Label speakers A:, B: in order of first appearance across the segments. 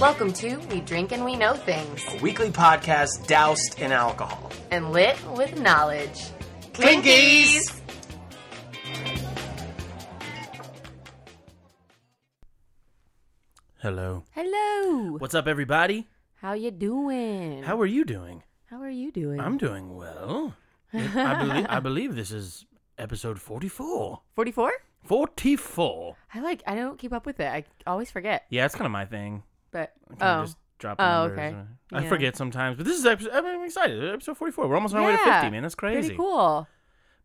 A: Welcome to We Drink and We Know Things
B: a weekly podcast doused in alcohol.
A: and Lit with Knowledge.
B: Clinkies!
C: Hello.
A: Hello!
C: What's up, everybody?
A: How you doing?
C: How are you doing?
A: How are you doing?
C: I'm doing well. I, believe, I believe this is episode 44.
A: 44?
C: 44.
A: I like, I don't keep up with it. I always forget.
C: Yeah, it's kind of my thing.
A: But,
C: I
A: oh.
C: just drop
A: Oh,
C: numbers.
A: okay.
C: I
A: Yeah.
C: forget sometimes, but this is episode, I'm excited. Episode 44. We're almost on our way to
A: Yeah.
C: 50, man. That's crazy.
A: Pretty cool.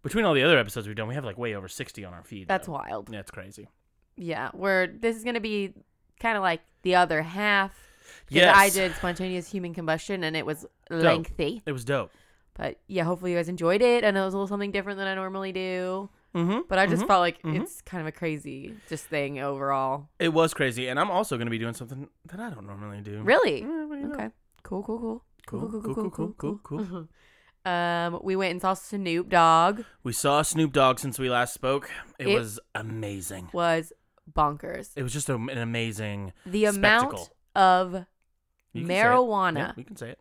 C: Between all the other episodes we've done, we have like way over 60 on our feed.
A: That's
C: though.
A: wild.
C: Yeah, it's crazy.
A: Yeah, we're, this is going to be kind of like the other half. 'cause
C: Yes.
A: I did spontaneous human combustion and it was lengthy.
C: It was dope.
A: But yeah, hopefully you guys enjoyed it. I know it was a little something different than I normally do.
C: Mm-hmm.
A: But I just felt like it's kind of a crazy just thing overall.
C: It was crazy. And I'm also going to be doing something that I don't normally do.
A: Really?
C: Yeah, well, you know.
A: Okay. Cool, cool, cool.
C: Cool, cool, cool, cool, cool, cool.
A: cool. Um, we went and saw Snoop Dogg.
C: We saw Snoop Dogg since we last spoke. It,
A: It-
C: was amazing.
A: Was bonkers.
C: It was just a, an amazing
A: The amount
C: spectacle.
A: of
C: You can say it.
A: marijuana
C: Yeah, we can say it.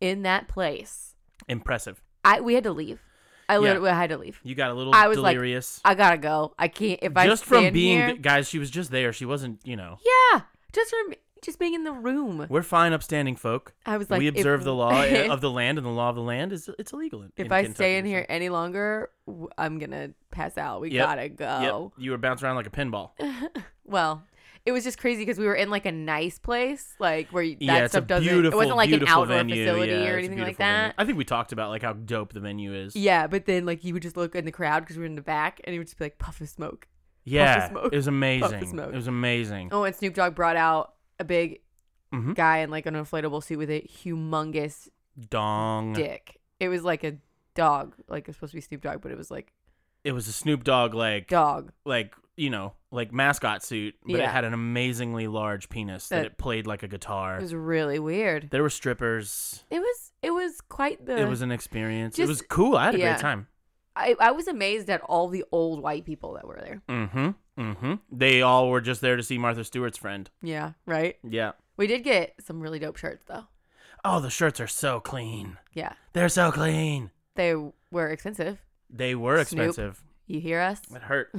A: in that place.
C: Impressive.
A: I we had to leave. I
C: Yeah.
A: literally I had to leave.
C: You got a little
A: I was like,
C: delirious.
A: I gotta go. I can't if I
C: just from
A: stand
C: being
A: here-
C: guys, she was just there. She wasn't, you know.
A: yeah, just from just being in the room.
C: We're fine, upstanding folk.
A: I was like,
C: we
A: if-
C: observe the law eh, of the land, and the law of the land is it's illegal. In,
A: If
C: in
A: I
C: Kentucky,
A: stay in
C: so-
A: here any longer, w- I'm gonna pass out. We
C: Yep.
A: gotta go.
C: Yep, you were bouncing around like a pinball.
A: Well, it was just crazy because we were in like a nice place, like where you- that
C: yeah, it's
A: stuff
C: a
A: doesn't.
C: beautiful,
A: it wasn't like an
C: beautiful
A: outdoor
C: venue.
A: facility
C: yeah, it's
A: or
C: a
A: anything like
C: beautiful venue.
A: that.
C: I think we talked about like how dope the venue is.
A: Yeah, but then like you would just look in the crowd because we were in the back, and it would just be like puff of smoke.
C: Yeah,
A: smoke.
C: it was amazing.
A: smoke.
C: It was amazing.
A: Oh, and Snoop Dogg brought out a big
C: Mhm.
A: guy in like an inflatable suit with a humongous
C: Dong.
A: dick. It was like a dog, like it's supposed to be Snoop Dogg, but it was like
C: It was a Snoop Dogg like
A: dog.
C: like you know like mascot suit, but
A: Yeah.
C: it had an amazingly large penis that,
A: That-
C: it played like a guitar.
A: It was really weird.
C: there were strippers.
A: It was it was quite the.
C: it was an experience. it
A: just-
C: was cool. I had a
A: yeah.
C: great time.
A: I, I was amazed at all the old white people that were there.
C: Mm-hmm. Mm-hmm. They all were just there to see Martha Stewart's friend.
A: Yeah, right.
C: Yeah.
A: We did get some really dope shirts though.
C: Oh, the shirts are so clean.
A: Yeah.
C: They're so clean.
A: They were expensive.
C: They were
A: Snoop.
C: expensive.
A: You hear us?
C: It hurt.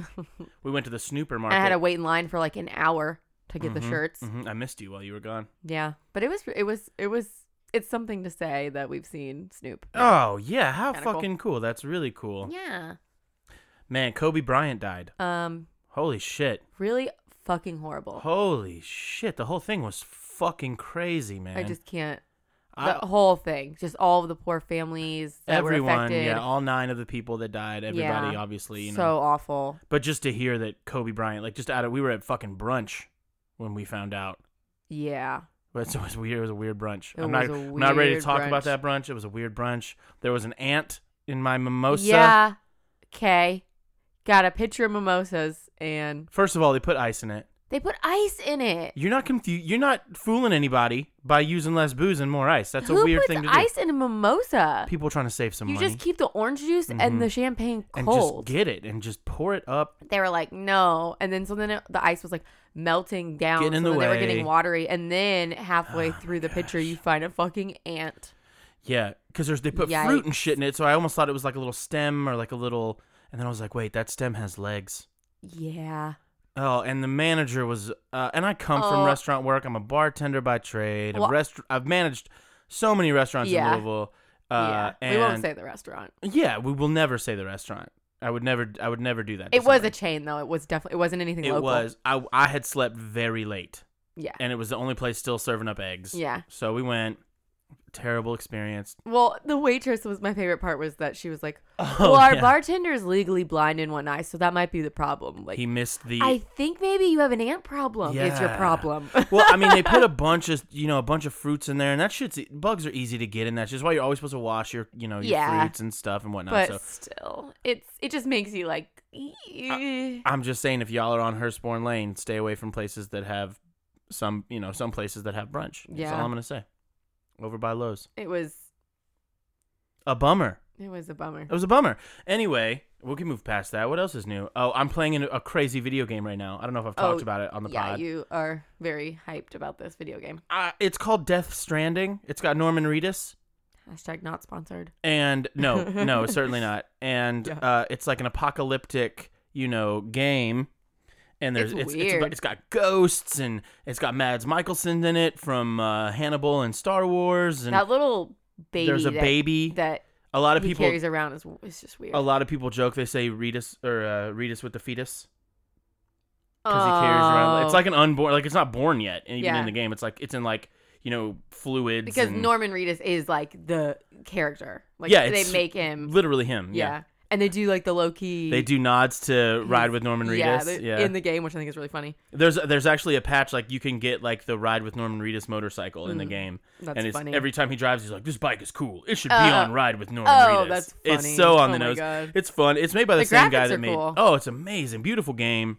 C: we went to the snooper market.
A: I had to wait in line for like an hour to get the
C: Mhm,
A: shirts.
C: mhm. I missed you while you were gone.
A: Yeah. But it was it was it was it's something to say that we've seen Snoop.
C: Oh yeah, how
A: Kinda cool.
C: fucking cool. That's really cool.
A: Yeah.
C: Man, Kobe Bryant died.
A: Um
C: Holy shit.
A: really fucking horrible.
C: Holy shit, the whole thing was fucking crazy, man.
A: I just can't
C: I-
A: the whole thing. Just all of the poor families that were
C: everyone,
A: affected.
C: yeah, all nine of the people that died, everybody
A: Yeah.
C: obviously, you know.
A: So awful.
C: but just to hear that Kobe Bryant, like just out of we were at fucking brunch when we found out.
A: Yeah.
C: But so it was weird. It was a weird brunch.
A: It
C: I'm not
A: was a
C: I'm not ready to
A: weird
C: talk
A: brunch.
C: about that brunch. It was a weird brunch. There was an ant in my mimosa.
A: Yeah. Okay. Got a pitcher of mimosas and
C: First of all, they put ice in it.
A: they put ice in it.
C: You're not confused. You're not fooling anybody by using less booze and more ice. That's
A: Who
C: a weird
A: puts
C: thing to
A: ice in a mimosa?
C: do. People trying to save some
A: you
C: money Mm-hmm.
A: just keep the orange juice and the champagne
C: and
A: cold.
C: just get it and just pour it up.
A: they were like, no, and then so then it, the ice was like melting down,
C: Get in
A: so then
C: the
A: they were getting
C: way. Oh,
A: watery, and then halfway through the picture, you find a fucking ant.
C: Yeah, because they put fruit and
A: Yikes.
C: shit in it, so I almost thought it was like a little stem or like a little. And then I was like, wait, that stem has legs.
A: Yeah,
C: Oh, and the manager was, uh, and I come
A: Oh.
C: from restaurant work. I'm a bartender by trade.
A: Well-
C: a rest- I've managed so many restaurants
A: Yeah.
C: in Louisville. Uh,
A: yeah.
C: And
A: we won't say the restaurant.
C: Yeah, we will never say the restaurant. I would never. I would never do that. to
A: It was a
C: somebody.
A: chain though. It was definitely. It wasn't anything
C: It
A: local.
C: was. I I had slept very late,
A: Yeah.
C: and it was the only place still serving up eggs.
A: Yeah.
C: So we went. Terrible experience.
A: Well, the waitress was my favorite part. Was that she was like,
C: Oh,
A: "Well, our
C: yeah.
A: bartender is legally blind in one eye, so that might be the problem." Like,
C: He missed the.
A: I think maybe you have an ant problem. Is your
C: Yeah.
A: problem?
C: well, I mean, they put a bunch of you know a bunch of fruits in there, and that shit's e, bugs are easy to get in. That's just why you're always supposed to wash your you know your
A: Yeah.
C: fruits and stuff and whatnot.
A: but
C: so Uh,
A: still, it's it just makes you like. "Eh."
C: I'm just saying, if y'all are on Hurstbourne Lane, stay away from places that have some you know some places that have brunch. That's
A: Yeah.
C: all I'm gonna say. Over by Lowe's,
A: it was
C: a bummer.
A: it was a bummer.
C: It was a bummer. Anyway, We can move past that. What else is new? Oh, I'm playing in a- a crazy video game right now. I don't know if I've
A: Oh,
C: talked about it on the
A: yeah,
C: pod.
A: you are very hyped about this video game.
C: uh, it's called Death Stranding. It's got Norman Reedus.
A: Hashtag not sponsored.
C: And no, no, certainly not. And
A: Yeah.
C: uh, it's like an apocalyptic, you know, game. And there's
A: It's
C: it's,
A: weird.
C: about- it's got ghosts and it's got Mads Mikkelsen in it from uh, Hannibal and Star Wars and
A: that little baby.
C: there's a
A: that,
C: baby.
A: that
C: a lot of
A: he
C: people Oh,
A: carries around is is just weird.
C: a lot of people joke they say Reedus or uh, Reedus with the fetus
A: Because
C: because he carries around.
A: Oh.
C: It's like an unborn, like it's not born yet. Even
A: Yeah.
C: in the game, it's like it's in like you know fluids
A: because
C: and
A: Norman Reedus is like the character. Like
C: Yeah,
A: they
C: it's
A: make him.
C: literally him.
A: yeah. and they do like the low key.
C: They do nods to ride with Norman Reedus.
A: Yeah,
C: Yeah,
A: they- in the game, which I think is really funny.
C: there's there's actually a patch like you can get like the ride with Norman Reedus motorcycle in the game,
A: Mm, That's
C: and it's
A: funny.
C: every time he drives, he's like, "This bike is cool. It should be
A: Oh.
C: on ride with Norman
A: Oh,
C: Reedus."
A: that's funny.
C: It's so on
A: Oh
C: the
A: my
C: nose.
A: God.
C: It's fun. It's made by the,
A: The
C: same guy
A: graphics
C: that
A: are
C: made.
A: cool.
C: Oh, it's amazing, beautiful game.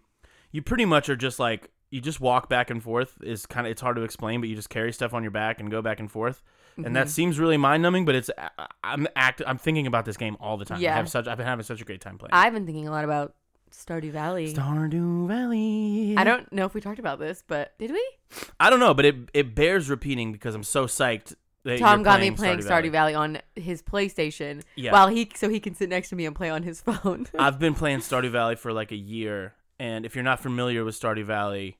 C: You pretty much are just like you just walk back and forth. Is kind of it's hard to explain, but you just carry stuff on your back and go back and forth. And
A: Mm-hmm.
C: that seems really mind numbing, but it's I- I'm act I'm thinking about this game all the time.
A: Yeah.
C: I have such I've been having such a great time playing.
A: I've been thinking a lot about Stardew Valley.
C: Stardew Valley.
A: I don't know if we talked about this, but did we?
C: I don't know, but it it bears repeating because I'm so psyched. That
A: Tom
C: you're
A: got me playing Stardew
C: Valley.
A: Valley on his PlayStation
C: Yeah.
A: while he so he can sit next to me and play on his phone.
C: I've been playing Stardew Valley for like a year, and if you're not familiar with Stardew Valley,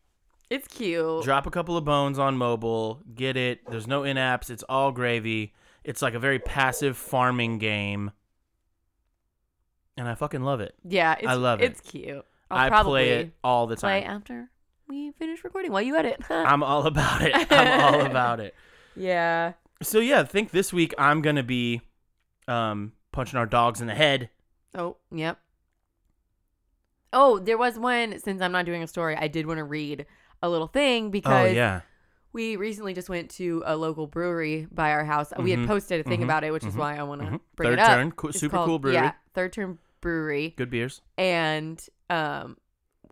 A: it's cute.
C: drop a couple of bones on mobile, get it. There's no in apps. It's all gravy. It's like a very passive farming game, and I fucking love it.
A: yeah, it's,
C: I love it.
A: It's cute. I'll
C: i
A: Oh, probably
C: play it all the
A: play
C: time.
A: after we finish recording while you edit.
C: I'm all about it. I'm all about it.
A: yeah.
C: So yeah, I think this week I'm gonna be um, punching our dogs in the head.
A: Oh, yep. Oh, there was one since I'm not doing a story, I did want to read a little
C: Oh,
A: thing because we recently just went to a local brewery by our house. We had
C: Mhm.
A: posted a thing
C: Mhm.
A: about it, which is
C: Mhm.
A: why I want to
C: Mhm.
A: bring it
C: Third
A: up.
C: Turn, cool-
A: It's
C: super
A: called-
C: cool brewery.
A: Yeah, Third Turn Brewery.
C: Good beers.
A: And um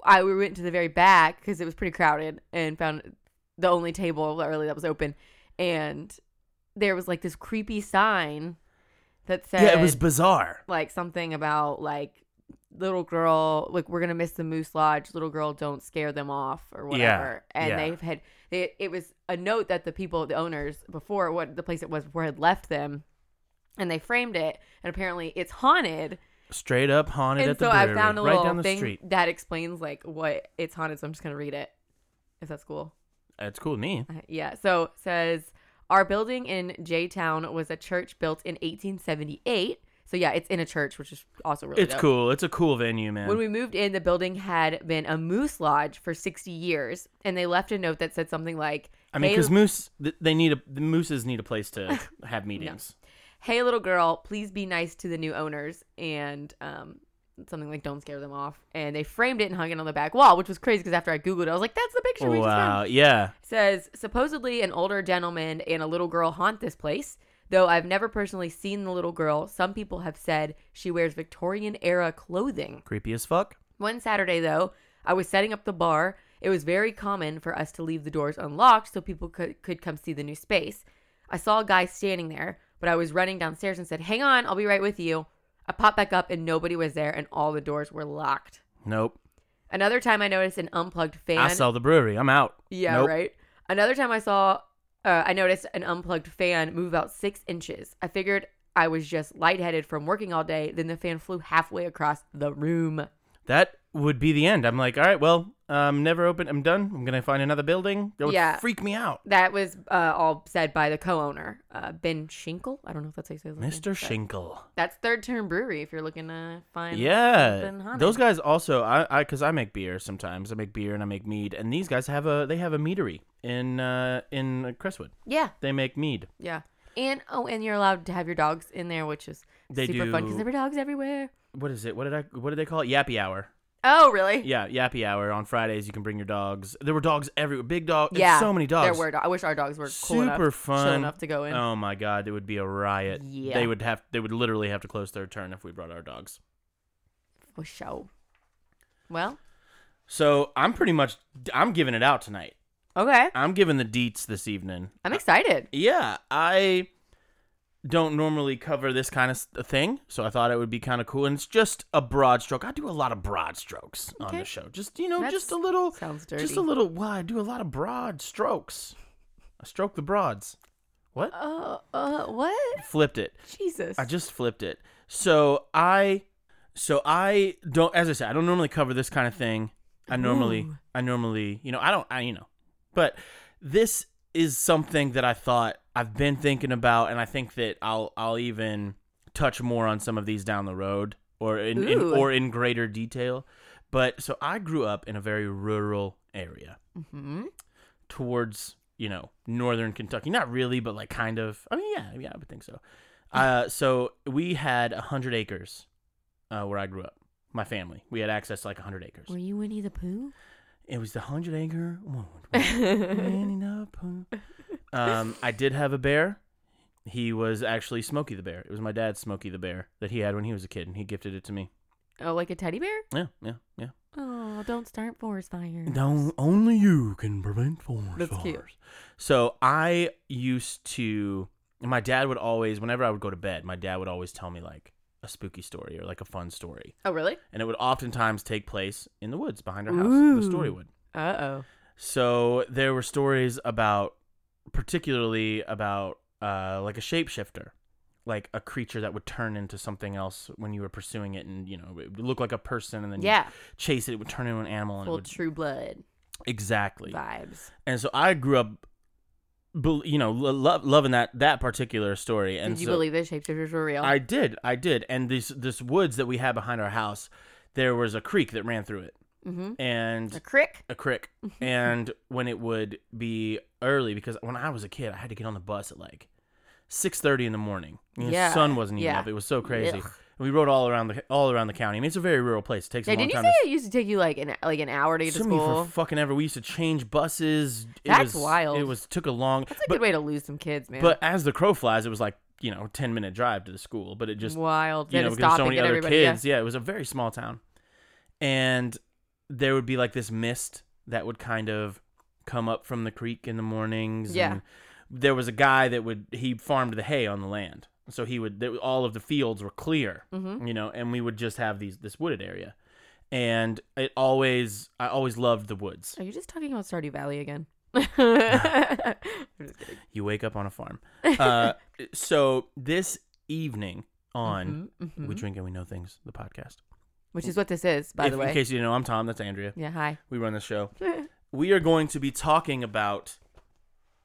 A: I we went to the very back cuz it was pretty crowded and found the only table that really that was open and there was like this creepy sign that said
C: yeah, it was bizarre.
A: like something about like little girl like we're gonna miss the moose lodge little girl don't scare them off or whatever and
C: yeah.
A: they've had they, it was a note that the people the owners before what the place it was before had left them and they framed it and apparently it's haunted
C: Straight up haunted
A: and
C: at the
A: so i
C: brewery,
A: found a
C: right
A: little
C: down the
A: thing
C: street.
A: that explains like what it's haunted so i'm just gonna read it if that's cool
C: That's cool with me.
A: uh, Yeah. So it says our building in J Town was a church built in 1878. So yeah, it's in a church, which is also really
C: It's
A: dope.
C: cool. It's a cool venue, man.
A: When we moved in, the building had been a moose lodge for 60 years, and they left a note that said something like,
C: I mean,
A: "Hey,
C: because moose, th- they need a the mooses need a place to have meetings.
A: hey little girl please be nice to the new owners and um something like don't scare them off and they framed it and hung it on the back wall which was crazy because after i googled it i was like that's the picture we just found
C: Wow. uh, Yeah.
A: says supposedly an older gentleman and a little girl haunt this place though i've never personally seen the little girl some people have said she wears victorian era clothing
C: Creepy as fuck.
A: one saturday though i was setting up the bar it was very common for us to leave the doors unlocked so people could, could come see the new space i saw a guy standing there but i was running downstairs and said hang on i'll be right with you i popped back up and nobody was there and all the doors were locked
C: Nope.
A: another time i noticed an unplugged fan
C: I sell the brewery. I'm out.
A: yeah,
C: Nope.
A: right. Another time I saw, uh, I noticed an unplugged fan move about six inches. I figured I was just lightheaded from working all day. Then the fan flew halfway across the room.
C: That would be the end. I'm like, all right, well, I'm never open. I'm done. I'm gonna find another building. That would
A: Yeah.
C: freak me out,
A: That was uh, all said by the co-owner, uh, Ben Schinkel. I don't know if that's how you say his last name,
C: Mr.
A: but
C: Schinkel.
A: That's Third Turn Brewery. If you're looking to find, something
C: Yeah,
A: haunted.
C: those guys also. I, I, cause I make beer sometimes. I make beer and I make mead, and these guys have a they have a meadery in uh in Crestwood.
A: yeah,
C: They make mead.
A: yeah. And oh, and you're allowed to have your dogs in there, which is
C: They
A: super fun because
C: do-
A: there were dogs everywhere.
C: What is it? What did I? What did they call it? Yappy hour.
A: Oh, really?
C: Yeah, yappy hour on Fridays. You can bring your dogs. There were dogs everywhere. Big dog. it's
A: Yeah,
C: so many dogs.
A: There were. Do- I wish our dogs were cool
C: super
A: enough, chill
C: fun.
A: enough to go in.
C: Oh my god, it would be a riot.
A: Yeah.
C: They would have. They would literally have to close their turn if we brought our dogs.
A: For sure. Well,
C: So I'm pretty much. I'm giving it out tonight.
A: okay.
C: I'm giving the deets this evening.
A: I'm excited.
C: Yeah, I don't normally cover this kind of s- thing, so I thought it would be kind of cool. And it's just a broad stroke. I do a lot of broad strokes on
A: Okay.
C: the show. Just you know, just
A: That's-
C: a little.
A: sounds
C: Just
A: dirty.
C: a little. Well, I do a lot of broad strokes. I stroke the broads. What?
A: Uh, uh, what?
C: Flipped it.
A: Jesus.
C: I just flipped it. So I, so I don't. As I said, I don't normally cover this kind of thing. I normally,
A: Ooh.
C: I normally, you know, I don't, I you know, but this is something that I thought I've been thinking about, and I think that I'll, I'll even touch more on some of these down the road, or in, in
A: Ooh.
C: or in greater detail. But so I grew up in a very rural area
A: hmm
C: towards you know northern Kentucky. Not really, but like kind of. I mean, yeah, yeah, I would think so. Uh, so we had a hundred acres uh, where I grew up. My family, we had access to like hundred acres.
A: Were you Winnie the Pooh?
C: It was the hundred acre. Winnie the Pooh. um, I did have a bear. He was actually Smokey the Bear. It was my dad's Smokey the Bear that he had when he was a kid, and he gifted it to me.
A: Oh, like a teddy bear?
C: Yeah, yeah, yeah.
A: Oh, don't start forest fires.
C: Don't, only you can prevent forest
A: That's cute.
C: fires. So I used to. My dad would always, whenever I would go to bed, my dad would always tell me like a spooky story or like a fun story,
A: Oh, really?
C: and it would oftentimes take place in the woods behind our house. The story
A: Ooh.
C: would.
A: Uh oh.
C: So there were stories about, particularly about uh, like a shapeshifter, like a creature that would turn into something else when you were pursuing it, and you know it would look like a person, and then
A: Yeah.
C: you chase it, it would turn into an animal, and it
A: Full
C: would,
A: True Blood
C: exactly.
A: vibes.
C: And so I grew up, bel- you know, lo- lo- loving that that particular story. And
A: Did you
C: so
A: believe that shapeshifters were real?
C: I did, I did. And this this woods that we had behind our house, there was a creek that ran through it,
A: mm-hmm.
C: and
A: A crick?
C: a crick.
A: Mm-hmm.
C: and when it would be early, because when I was a kid, I had to get on the bus at like six thirty in the morning. You know,
A: Yeah,
C: The sun wasn't even
A: yeah.
C: up. It was so crazy.
A: Ugh.
C: We rode all around the all around the county. I mean, it's a very rural place. It takes
A: Yeah,
C: a long
A: didn't you
C: time.
A: say
C: to
A: it used to take you like an like an hour to get to
C: took me for
A: school?
C: fucking ever. We used to change buses. It
A: That's
C: was-
A: wild.
C: It was took a long.
A: That's a
C: but
A: good way to lose some kids, man.
C: But as the crow flies, it was like you know ten minute drive to the school. But it just
A: wild. They had
C: you
A: to
C: know because
A: stop
C: so
A: and
C: many
A: get
C: other
A: everybody. yeah.
C: kids. Yeah. it was a very small town, and there would be like this mist that would kind of come up from the creek in the mornings.
A: Yeah.
C: and there was a guy that would he farmed the hay on the land, so he would there, all of the fields were clear.
A: Mm-hmm.
C: You know, and we would just have these this wooded area, and it always I always loved the woods.
A: Are you just talking about Stardew Valley again? I'm just kidding.
C: You wake up on a farm. Uh, so this evening on
A: Mm-hmm,
C: We Drink and We Know Things, the podcast.
A: Which is what this is, by
C: if,
A: the way.
C: in case you didn't know, I'm Tom. That's Andrea.
A: yeah, hi.
C: We run the show. We are going to be talking about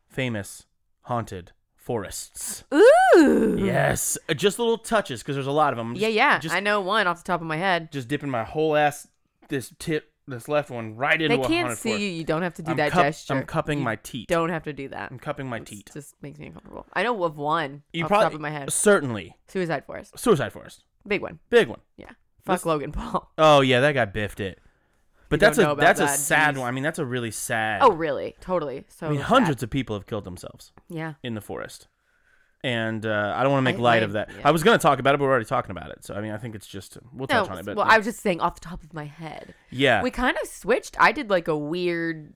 C: famous haunted forests.
A: Ooh.
C: Yes, Uh, just little touches because there's a lot of them.
A: yeah, yeah.
C: Just,
A: I know one off the top of my head.
C: just dipping my whole ass this tip, this left one, right into
A: They
C: a
A: can't
C: haunted
A: see
C: forest.
A: you. You don't have to do
C: I'm
A: that
C: cup-
A: gesture.
C: I'm cupping
A: You
C: my teat.
A: Don't have to do that.
C: I'm cupping my
A: It's-
C: teat.
A: just makes me uncomfortable. I know of one
C: You
A: off
C: probably
A: the top of my head.
C: certainly
A: Suicide Forest.
C: suicide forest,
A: Big one.
C: big one.
A: Yeah. Fuck
C: This-
A: Logan Paul.
C: Oh yeah, that guy biffed it. But
A: You don't
C: that's
A: know
C: a
A: about
C: that's a
A: that,
C: sad
A: geez.
C: one. I mean, that's a really sad.
A: Oh, really? Totally. So
C: I mean,
A: sad.
C: hundreds of people have killed themselves.
A: Yeah.
C: in the forest. And uh, I don't want to make
A: I-
C: light
A: I-
C: of that.
A: yeah.
C: I was going to talk about it, but we're already talking about it. So I mean, I think it's just we'll
A: No,
C: touch on it. But
A: well, I was just saying off the top of my head.
C: yeah,
A: We kind of switched. I did like a weird,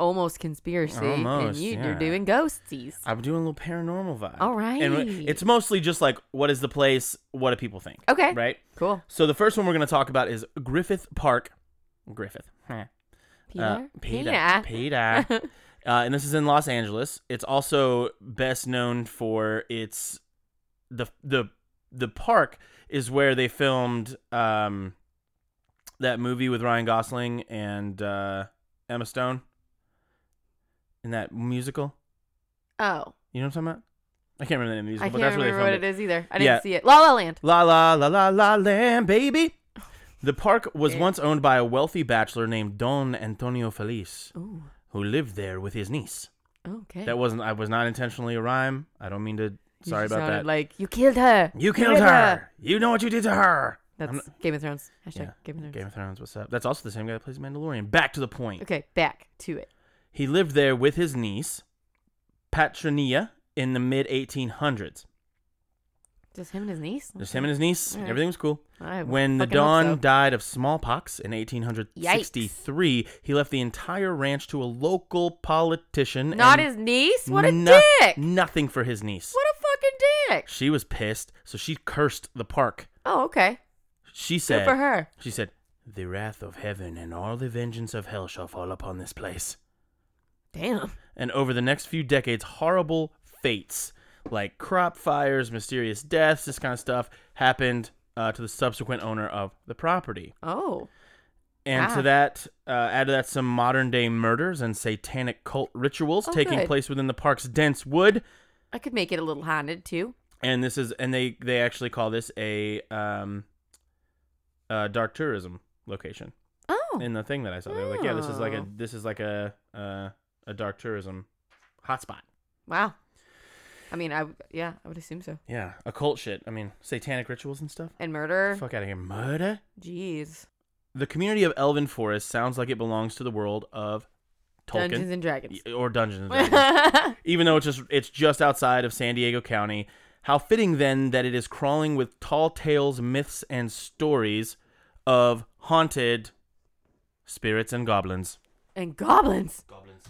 A: almost conspiracy, and
C: Almost,
A: you,
C: yeah.
A: you're doing ghosties.
C: I'm doing a little paranormal vibe.
A: All
C: and
A: right.
C: we- it's mostly just like what is the place? What do people think?
A: Okay.
C: right.
A: Cool.
C: So the first one we're going to talk about is Griffith Park. Griffith. Huh.
A: Peter.
C: Uh, Peter. Peter. uh, and this is in Los Angeles. It's also best known for its the the the park is where they filmed um that movie with Ryan Gosling and uh, Emma Stone in that musical.
A: Oh,
C: You know what I'm talking about? I can't remember the name of the musical,
A: I
C: but
A: can't
C: that's where
A: remember
C: they
A: what
C: filmed
A: it is either. I didn't
C: Yeah.
A: see it. La La Land.
C: La la la la la land, baby. The park was once owned by a wealthy bachelor named Don Antonio Feliz,
A: Ooh.
C: who lived there with his niece.
A: Okay.
C: That wasn't. I was not intentionally a rhyme. I don't mean to.
A: You
C: Sorry
A: just
C: about
A: sounded
C: that.
A: Like you killed her.
C: you killed
A: did
C: her. You know what you did to her.
A: That's
C: I'm
A: Game of Thrones. Hashtag
C: Yeah,
A: Game of Thrones.
C: Game of Thrones. What's up? That's also the same guy that plays Mandalorian. Back to the point.
A: Okay, back to it.
C: He lived there with his niece, Patronia, in the mid 1800s.
A: Just him and his niece.
C: Just him and his niece.
A: Alright.
C: Everything was cool.
A: I
C: When the
A: fucking hope
C: Don
A: so.
C: died of smallpox in 1863, he left the entire ranch to a local politician.
A: Not
C: and
A: his niece. What a
C: no-
A: dick.
C: Nothing for his niece.
A: What a fucking dick.
C: She was pissed, so she cursed the park.
A: Oh, okay.
C: She
A: Good
C: said,
A: for her.
C: She said, The wrath of heaven and all the vengeance of hell shall fall upon this place.
A: Damn.
C: And over the next few decades, horrible fates like crop fires, mysterious deaths, this kind of stuff happened uh, to the subsequent owner of the property.
A: Oh.
C: And
A: Ah.
C: to that, uh, add to that some modern day murders and satanic cult rituals
A: Oh,
C: taking
A: good.
C: place within the park's dense wood.
A: I could make it a little haunted too.
C: And this is, and they they actually call this a um, uh, dark tourism location.
A: Oh.
C: in the thing that I saw. They were like, yeah, this is like a
A: Oh.
C: this is like a uh, a dark tourism hotspot.
A: Wow. I mean, I w- yeah, I would assume so.
C: Yeah, occult shit. I mean, satanic rituals and stuff.
A: And murder.
C: Fuck out of here, murder.
A: Jeez.
C: The community of Elven Forest sounds like it belongs to the world of Tolkien
A: Dungeons and Dragons.
C: Y- or Dungeons and Dragons. Even though it's just it's just outside of San Diego County. How fitting then that it is crawling with tall tales, myths, and stories of haunted spirits and goblins.
A: and goblins.
C: goblins.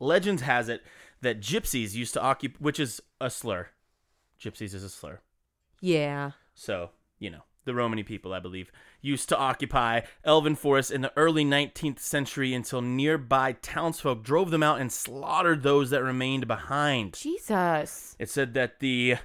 C: Legend has it that gypsies used to occupy, which is a slur. Gypsies is a slur.
A: Yeah.
C: So, you know, the Romany people, I believe, used to occupy elven forests in the early 19th century until nearby townsfolk drove them out and slaughtered those that remained behind.
A: Jesus.
C: It said that the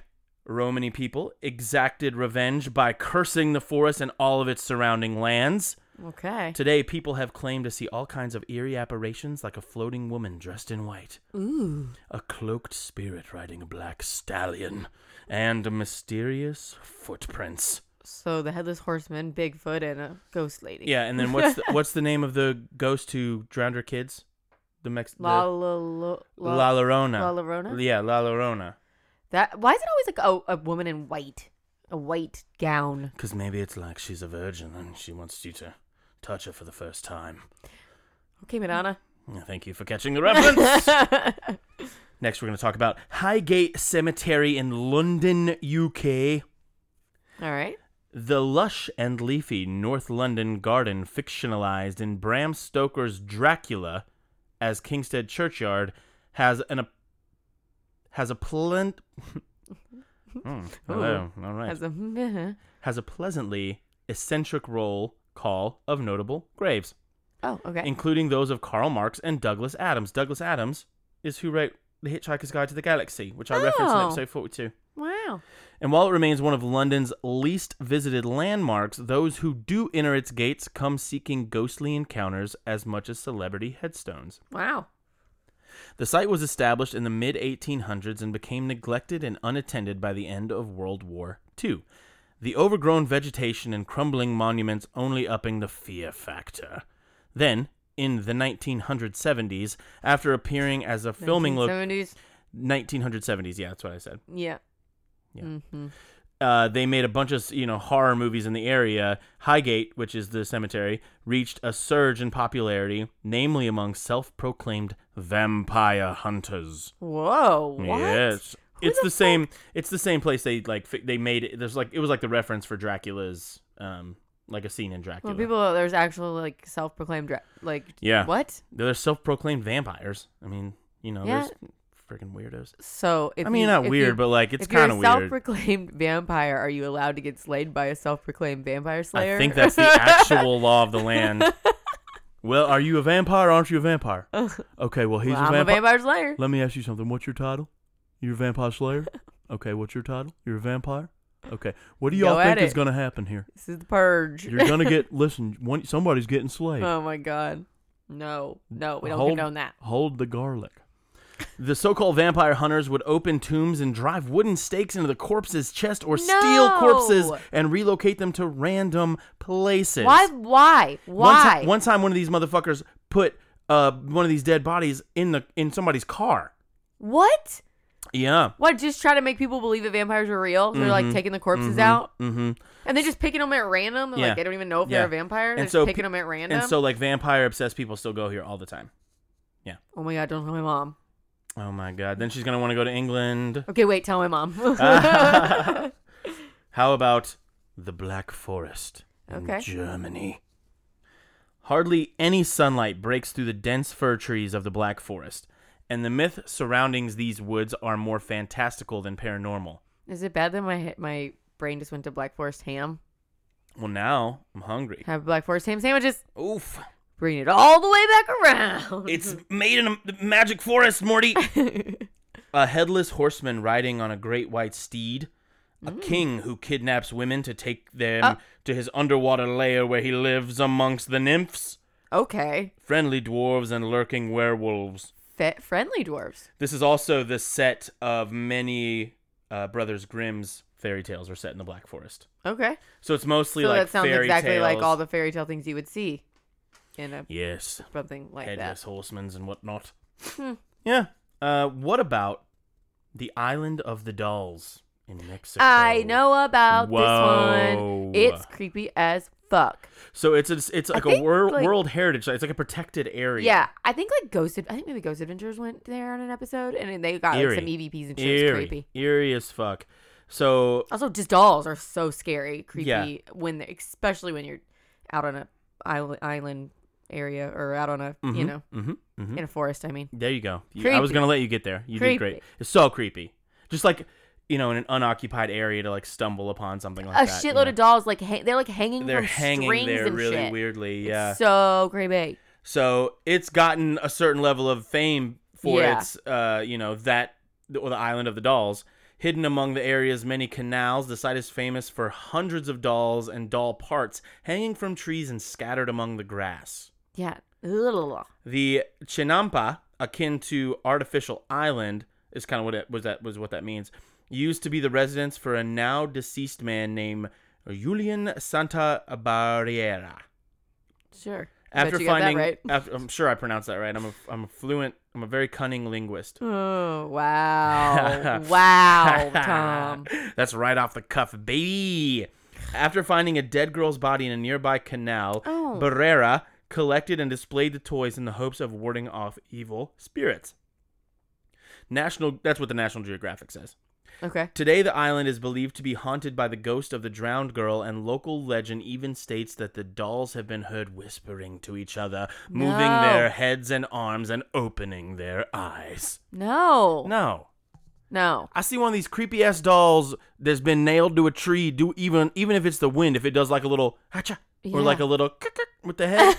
C: Romany people exacted revenge by cursing the forest and all of its surrounding lands.
A: Okay.
C: Today, people have claimed to see all kinds of eerie apparitions like a floating woman dressed in white,
A: Ooh.
C: a cloaked spirit riding a black stallion, and mysterious footprints.
A: So the headless horseman, Bigfoot, and a ghost lady.
C: Yeah, and then what's the, what's the name of the ghost who drowned her kids? The Mex
A: La
C: the-
A: la la. la-
C: La Llorona.
A: La Llorona?
C: Yeah, La Llorona.
A: That. Why is it always like oh, a woman in white, a white gown?
C: Because maybe it's like she's a virgin and she wants you to touch her for the first time.
A: Okay, Madonna.
C: Yeah, Thank you for catching the reference. Next, we're going to talk about Highgate Cemetery in London, UK.
A: All right.
C: The lush and leafy North London garden fictionalized in Bram Stoker's Dracula as Kingstead Churchyard has an ap- has a plent Hmm, hello, all right.
A: As a.
C: has a pleasantly eccentric roll call of notable graves,
A: Oh, okay.
C: including those of Karl Marx and Douglas Adams. Douglas Adams is who wrote The Hitchhiker's Guide to the Galaxy, which I referenced in
A: Oh.
C: episode 42.
A: wow.
C: And while it remains one of London's least visited landmarks, those who do enter its gates come seeking ghostly encounters as much as celebrity headstones.
A: Wow.
C: The site was established in the mid 1800s and became neglected and unattended by the end of World War II. The overgrown vegetation and crumbling monuments only upping the fear factor. Then, in the 1970s, after appearing as a filming location,
A: 1970s.
C: 1970s, yeah, that's what I said.
A: Yeah.
C: Yeah.
A: Mm-hmm.
C: uh, they made a bunch of you know horror movies in the area. Highgate, which is the cemetery, reached a surge in popularity, namely among self-proclaimed vampire hunters.
A: Whoa. What?
C: Yes,
A: Who
C: it's
A: the
C: the, same. It's the same place they like. fi- They made it. There's like it was like the reference for Dracula's, um, like a scene in Dracula.
A: Well, people, there's actual like self-proclaimed dra- like
C: Yeah.
A: what?
C: They're self-proclaimed vampires. I mean, you know,
A: Yeah.
C: there's freaking weirdos.
A: So if
C: I mean,
A: you-
C: not
A: if
C: weird,
A: you-
C: but like it's
A: if you're
C: kind of
A: a
C: weird.
A: self-proclaimed vampire, are you allowed to get slayed by a self-proclaimed vampire slayer?
C: I think that's the actual law of the land. Well, are you a vampire? Aren't you a vampire? Okay, well he's
A: Well,
C: a,
A: I'm
C: vampire.
A: a vampire slayer.
C: Let me ask you something. What's your title? You're a vampire slayer. Okay, what's your title? You're a vampire. Okay, what do
A: Go
C: y'all
A: at
C: think is
A: it.
C: gonna happen here?
A: This is the purge.
C: You're gonna get listen. One, somebody's getting slayed.
A: oh my god. No, no, we don't
C: Hold-
A: condone that.
C: Hold the garlic. The so-called vampire hunters would open tombs and drive wooden stakes into the corpse's chest or steal
A: No!
C: corpses and relocate them to random places.
A: Why? Why?
C: One ti-
A: Why?
C: One, time, one of these motherfuckers put uh, one of these dead bodies in the in somebody's car.
A: what?
C: Yeah.
A: What? Just try to make people believe that vampires are real. They're like taking the corpses out
C: Mm-hmm.
A: and they just picking them at random.
C: Yeah.
A: Like they don't even know if
C: Yeah.
A: they're a vampire. They're
C: And so
A: just picking
C: pe-
A: them at random.
C: And so, like, vampire obsessed people still go here all the time.
A: oh my god! Don't tell my mom.
C: Oh my god! Then she's gonna want to go to England.
A: Okay, wait. Tell my mom.
C: Uh. How about the Black Forest in
A: Okay.
C: Germany? Hardly any sunlight breaks through the dense fir trees of the Black Forest, and the myth surrounding these woods are more fantastical than paranormal.
A: Is it bad that my he- my brain just went to Black Forest ham?
C: Well, now I'm hungry.
A: Have Black Forest ham sandwiches.
C: Oof.
A: Bring it all the way back around.
C: It's made in a magic forest, Morty. a headless horseman riding on a great white steed. A king who kidnaps women to take them
A: Oh.
C: to his underwater lair where he lives amongst the nymphs,
A: okay.
C: friendly dwarves, and lurking werewolves.
A: Fe- friendly dwarves.
C: This is also the set of many uh, Brothers Grimm's fairy tales are set in the Black Forest.
A: Okay.
C: So it's mostly
A: So
C: like
A: that sounds
C: fairy
A: exactly
C: tales.
A: like all the fairy tale things you would see in a
C: yes,
A: something like
C: headless
A: that.
C: horsemen and whatnot.
A: Hmm.
C: Yeah. Uh, what about the island of the dolls in Mexico?
A: I know about
C: Whoa.
A: this one. It's creepy as fuck.
C: So it's a, it's like a
A: think,
C: wor-
A: like-
C: world heritage. It's like a protected area.
A: Yeah, I think like Ghost. Ad- I think maybe Ghost Adventures went there on an episode, and then they got like,
C: Eerie.
A: some EVPs and shit. It was
C: Eerie.
A: creepy.
C: Eerie as fuck. So
A: Also, just dolls are so scary, creepy
C: Yeah.
A: when they especially when you're out on a island, island area or out on a you
C: mhm,
A: know
C: mhm, mhm.
A: in a forest. I mean,
C: There you go. You- I was
A: Creepy.
C: gonna let you get there. You
A: Creepy.
C: did great. It's so creepy. Just like you know, in an unoccupied area to like stumble upon something like
A: a
C: that.
A: shitload of dolls like ha- they're like hanging
C: They're
A: from
C: hanging
A: strings
C: there
A: and
C: really
A: shit.
C: weirdly.
A: It's
C: Yeah.
A: so creepy.
C: So it's gotten a certain level of fame for
A: Yeah.
C: its, uh, you know, that or the island of the dolls. Hidden among the area's many canals, the site is famous for hundreds of dolls and doll parts hanging from trees and scattered among the grass.
A: Yeah. Ugh.
C: The Chinampa, akin to artificial island, is kind of what it was that was what that means. Used to be the residence for a now deceased man named Julian Santa Barriera.
A: Sure. Bet
C: After
A: you got that
C: finding,
A: right.
C: after, I'm sure I pronounced that right. I'm a, I'm a fluent, I'm a very cunning linguist.
A: Oh wow! wow, Tom.
C: That's right off the cuff, baby. After finding a dead girl's body in a nearby canal,
A: Oh.
C: Barrera collected and displayed the toys in the hopes of warding off evil spirits. National, that's what the National Geographic says.
A: Okay.
C: Today, the island is believed to be haunted by the ghost of the drowned girl, and local legend even states that the dolls have been heard whispering to each other, moving
A: No.
C: their heads and arms and opening their eyes.
A: No. No.
C: No. I see one of these creepy ass dolls that's been nailed to a tree. Do even even if it's the wind, if it does like a little hacha
A: Yeah.
C: or like a little kick-kick with the head,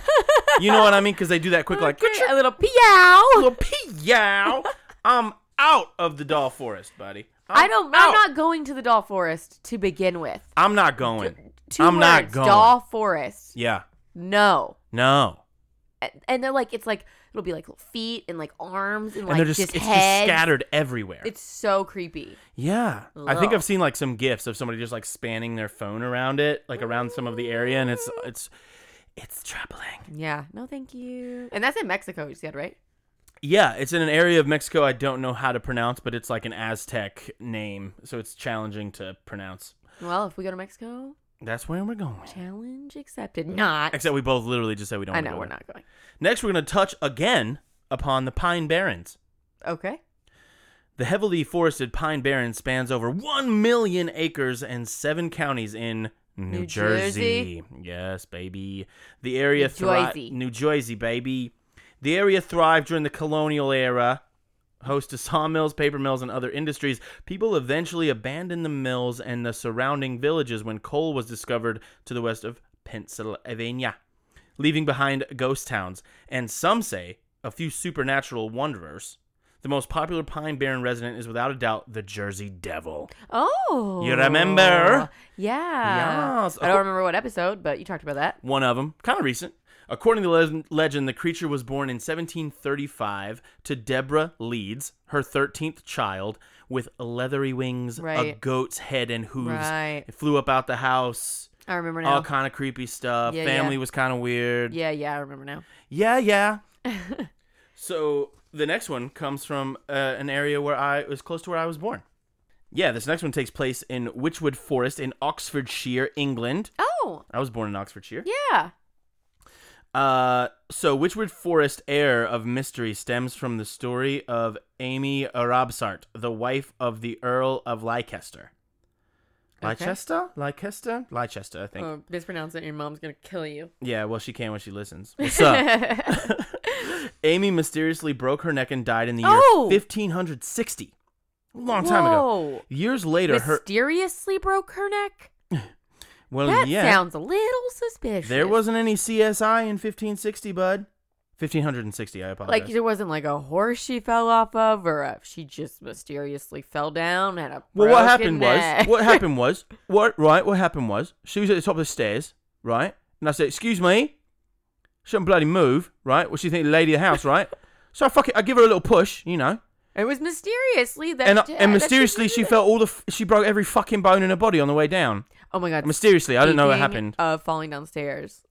C: you know what I mean? Because they do that quick, like
A: Okay,
C: "Kitcha,
A: a little meow.
C: little pee yow. I'm out of the doll forest, buddy.
A: I don't. I'm
C: out.
A: not going to the doll forest to begin with.
C: I'm not going.
A: Two
C: I'm
A: words,
C: not going.
A: Doll forest.
C: Yeah.
A: No.
C: No.
A: A- And they're like, it's like it'll be like little feet and like arms and,
C: And
A: like
C: they're just,
A: just
C: it's
A: heads.
C: just scattered everywhere.
A: It's so creepy.
C: yeah. I think
A: Ugh.
C: I've seen like some gifs of somebody just like spanning their phone around it, like around some of the area and it's it's it's troubling.
A: Yeah. No, thank you. And that's in Mexico. You said right?
C: Yeah, it's in an area of Mexico I don't know how to pronounce, but it's like an Aztec name, so it's challenging to pronounce.
A: Well, if we go to Mexico,
C: That's where we're going.
A: challenge accepted. Not.
C: Except we both literally just said we don't
A: I
C: wanna
A: know
C: go
A: we're
C: there.
A: not going.
C: Next we're going to touch again upon the Pine Barrens.
A: Okay.
C: The heavily forested Pine Barren spans over 1 million acres and seven counties in New,
A: New
C: Jersey. Yes, baby. The area
A: New
C: thrived.
A: Jersey.
C: New Jersey, baby. The area thrived during the colonial era, host to sawmills, paper mills, and other industries. People eventually abandoned the mills and the surrounding villages when coal was discovered to the west of Pennsylvania, leaving behind ghost towns and some say a few supernatural wanderers. The most popular Pine Barren resident is without a doubt the Jersey Devil.
A: Oh.
C: remember?
A: Yeah.
C: Yes.
A: I don't remember what episode, but you talked about that.
C: One of them, kind of recent. According to legend, legend, the creature was born in 1735 to Deborah Leeds, her 13th child, with leathery wings, a
A: Right.
C: goat's head, and hooves.
A: Right.
C: It flew up out the house.
A: I remember now.
C: All kind of creepy stuff.
A: Yeah,
C: Family
A: yeah.
C: was kind of weird.
A: Yeah, yeah, I remember now.
C: Yeah, yeah. so the next one comes from uh, an area where I was close to where I was born. Yeah, this next one takes place in Witchwood Forest in Oxfordshire, England.
A: Oh,
C: I was born in Oxfordshire.
A: yeah.
C: Uh, so Witchwood Forest air of mystery stems from the story of Amy Arabsart, the wife of the Earl of Leicester. Leicester, Leicester, Leicester. I think.
A: Oh, mispronounce it. Your mom's gonna kill you.
C: Yeah, well, she can when she listens. What's up? Amy mysteriously broke her neck and died in the year
A: Oh!
C: 1560. A long time ago.
A: Whoa.
C: Years later, her.
A: Mysteriously broke her neck.
C: Well,
A: That
C: yeah.
A: sounds a little suspicious.
C: there wasn't any CSI in 1560, bud. 1560, I apologize.
A: like there wasn't like a horse she fell off of, or a, she just mysteriously fell down and a.
C: Well, what
A: broken
C: happened
A: neck.
C: was, what happened was, what right? What happened was, she was at the top of the stairs, right? And I said, "Excuse me," she didn't bloody move, right? What she think, the lady of the house, right? so I fuck it, I give her a little push, you know,
A: It was mysteriously that.
C: and uh,
A: yeah,
C: and
A: that
C: mysteriously she
A: did it.
C: felt all the, f- she broke every fucking bone in her body on the way down.
A: Oh my god!
C: Mysteriously, I don't know what
A: Speaking
C: happened.
A: Of falling downstairs,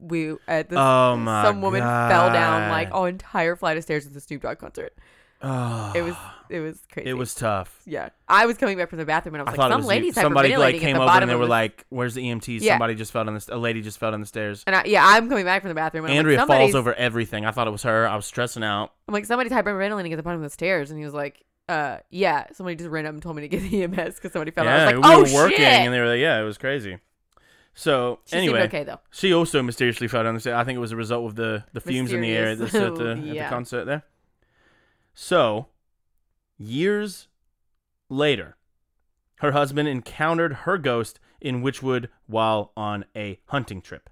A: we at this.
C: Oh my
A: Some woman fell down
C: God.
A: like an entire flight of stairs at the Snoop Dogg concert.
C: Oh,
A: It was it was crazy.
C: it was tough.
A: yeah. I was coming back from the bathroom and I was
C: I
A: like,
C: thought
A: some
C: it was you-
A: ladies
C: somebody like
A: at
C: came
A: the
C: over
A: bottom
C: and they
A: of
C: were
A: the-
C: like, "Where's the EMTs?"
A: Yeah.
C: Somebody just fell down the st- a lady just fell down the stairs.
A: and I, yeah, I'm coming back from the bathroom. And I'm
C: Andrea
A: like,
C: falls
A: somebody's-
C: over everything. I thought it was her. I was stressing out.
A: I'm like, somebody's hyperventilating at the bottom of the stairs, and he was like, uh, yeah, somebody just ran up and told me to get the E EMS because somebody fell.
C: yeah,
A: out. I
C: we
A: was like, oh
C: were working,
A: shit.
C: and they were like, "Yeah, it was crazy." So
A: she
C: anyway,
A: seemed okay though.
C: she also mysteriously fell down the stairs. I think it was a result of the the fumes in the air at the, at
A: Mysterious.
C: the, at the
A: Yeah.
C: concert there. So years later, her husband encountered her ghost in Witchwood while on a hunting trip.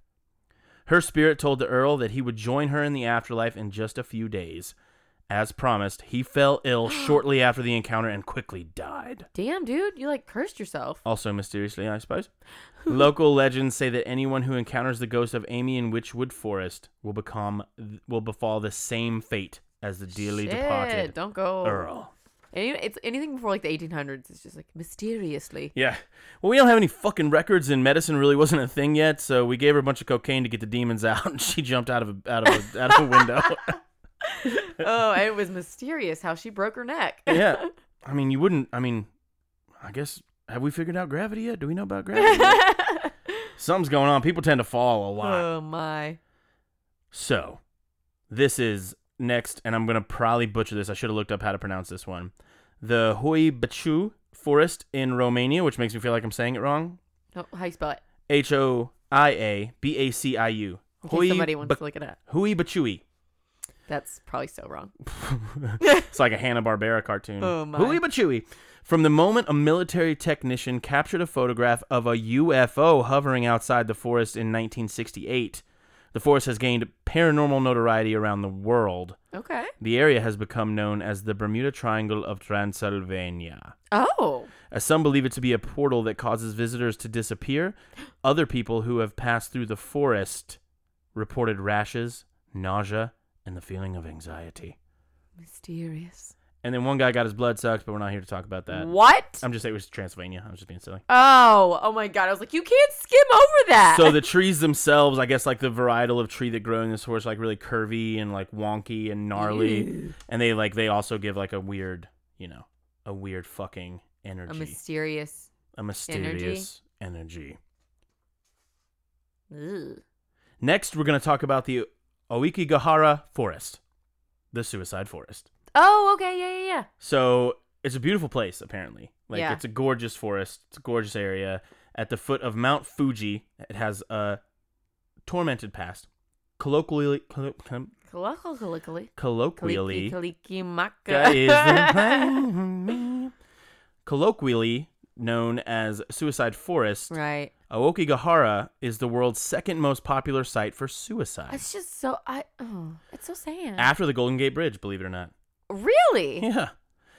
C: Her spirit told the Earl that he would join her in the afterlife in just a few days. As promised, he fell ill shortly after the encounter and quickly died.
A: Damn, dude, you like cursed yourself.
C: Also mysteriously, I suppose. Local legends say that anyone who encounters the ghost of Amy in Witchwood Forest will become will befall the same fate as the dearly
A: Shit,
C: departed
A: don't go.
C: Earl.
A: Any, it's anything before like the 1800s. It's just like mysteriously.
C: Yeah. Well, we don't have any fucking records, and medicine really wasn't a thing yet, so we gave her a bunch of cocaine to get the demons out, and she jumped out of a, out of a, out of a window.
A: oh, it was mysterious how she broke her neck.
C: yeah. I mean, you wouldn't. I mean, I guess have we figured out gravity yet? Do we know about gravity? yet? Something's going on. People tend to fall a lot.
A: Oh my.
C: So, this is next, and I'm going to probably butcher this. I should have looked up how to pronounce this one. The Hoi Bachu Forest in Romania, which makes me feel like I'm saying it wrong.
A: No, how you spell it?
C: H O I A B A C I U.
A: In case
C: Hoi
A: somebody wants
C: Ba-
A: to look it up.
C: Hoi Bachui.
A: That's probably so wrong.
C: It's like a Hanna Barbera cartoon.
A: Oh, my.
C: Hooey Bachui. From the moment a military technician captured a photograph of a UFO hovering outside the forest in 1968, the forest has gained paranormal notoriety around the world.
A: Okay.
C: The area has become known as the Bermuda Triangle of Transylvania,
A: Oh.
C: as some believe it to be a portal that causes visitors to disappear. Other people who have passed through the forest reported rashes, nausea, and the feeling of anxiety.
A: Mysterious.
C: And then one guy got his blood sucked, but we're not here to talk about that.
A: What?
C: I'm just saying it was Transylvania. I was just being silly.
A: Oh, oh my god. I was like, you can't skim over that.
C: So the trees themselves, I guess, like the varietal of tree that grow in this forest, like really curvy and like wonky and gnarly, and they like they also give like a weird, you know, a weird fucking
A: a
C: energy.
A: mysterious.
C: a mysterious energy.
A: Ugh.
C: Next, we're going to talk about the Oikigahara Forest, the suicide forest.
A: Oh, okay. Yeah, yeah, yeah.
C: So it's a beautiful place, apparently. Like
A: Yeah.
C: it's a gorgeous forest. It's a gorgeous area at the foot of Mount Fuji. It has a tormented past. Colloquially, collo- com-
A: Kalakakalakali.
C: colloquially,
A: Kalikimaka.
C: is the blame me. colloquially known as Suicide Forest.
A: Right.
C: Aokigahara is the world's second most popular site for suicide.
A: It's just so I oh, it's so sad.
C: After the Golden Gate Bridge, believe it or not.
A: really?
C: Yeah.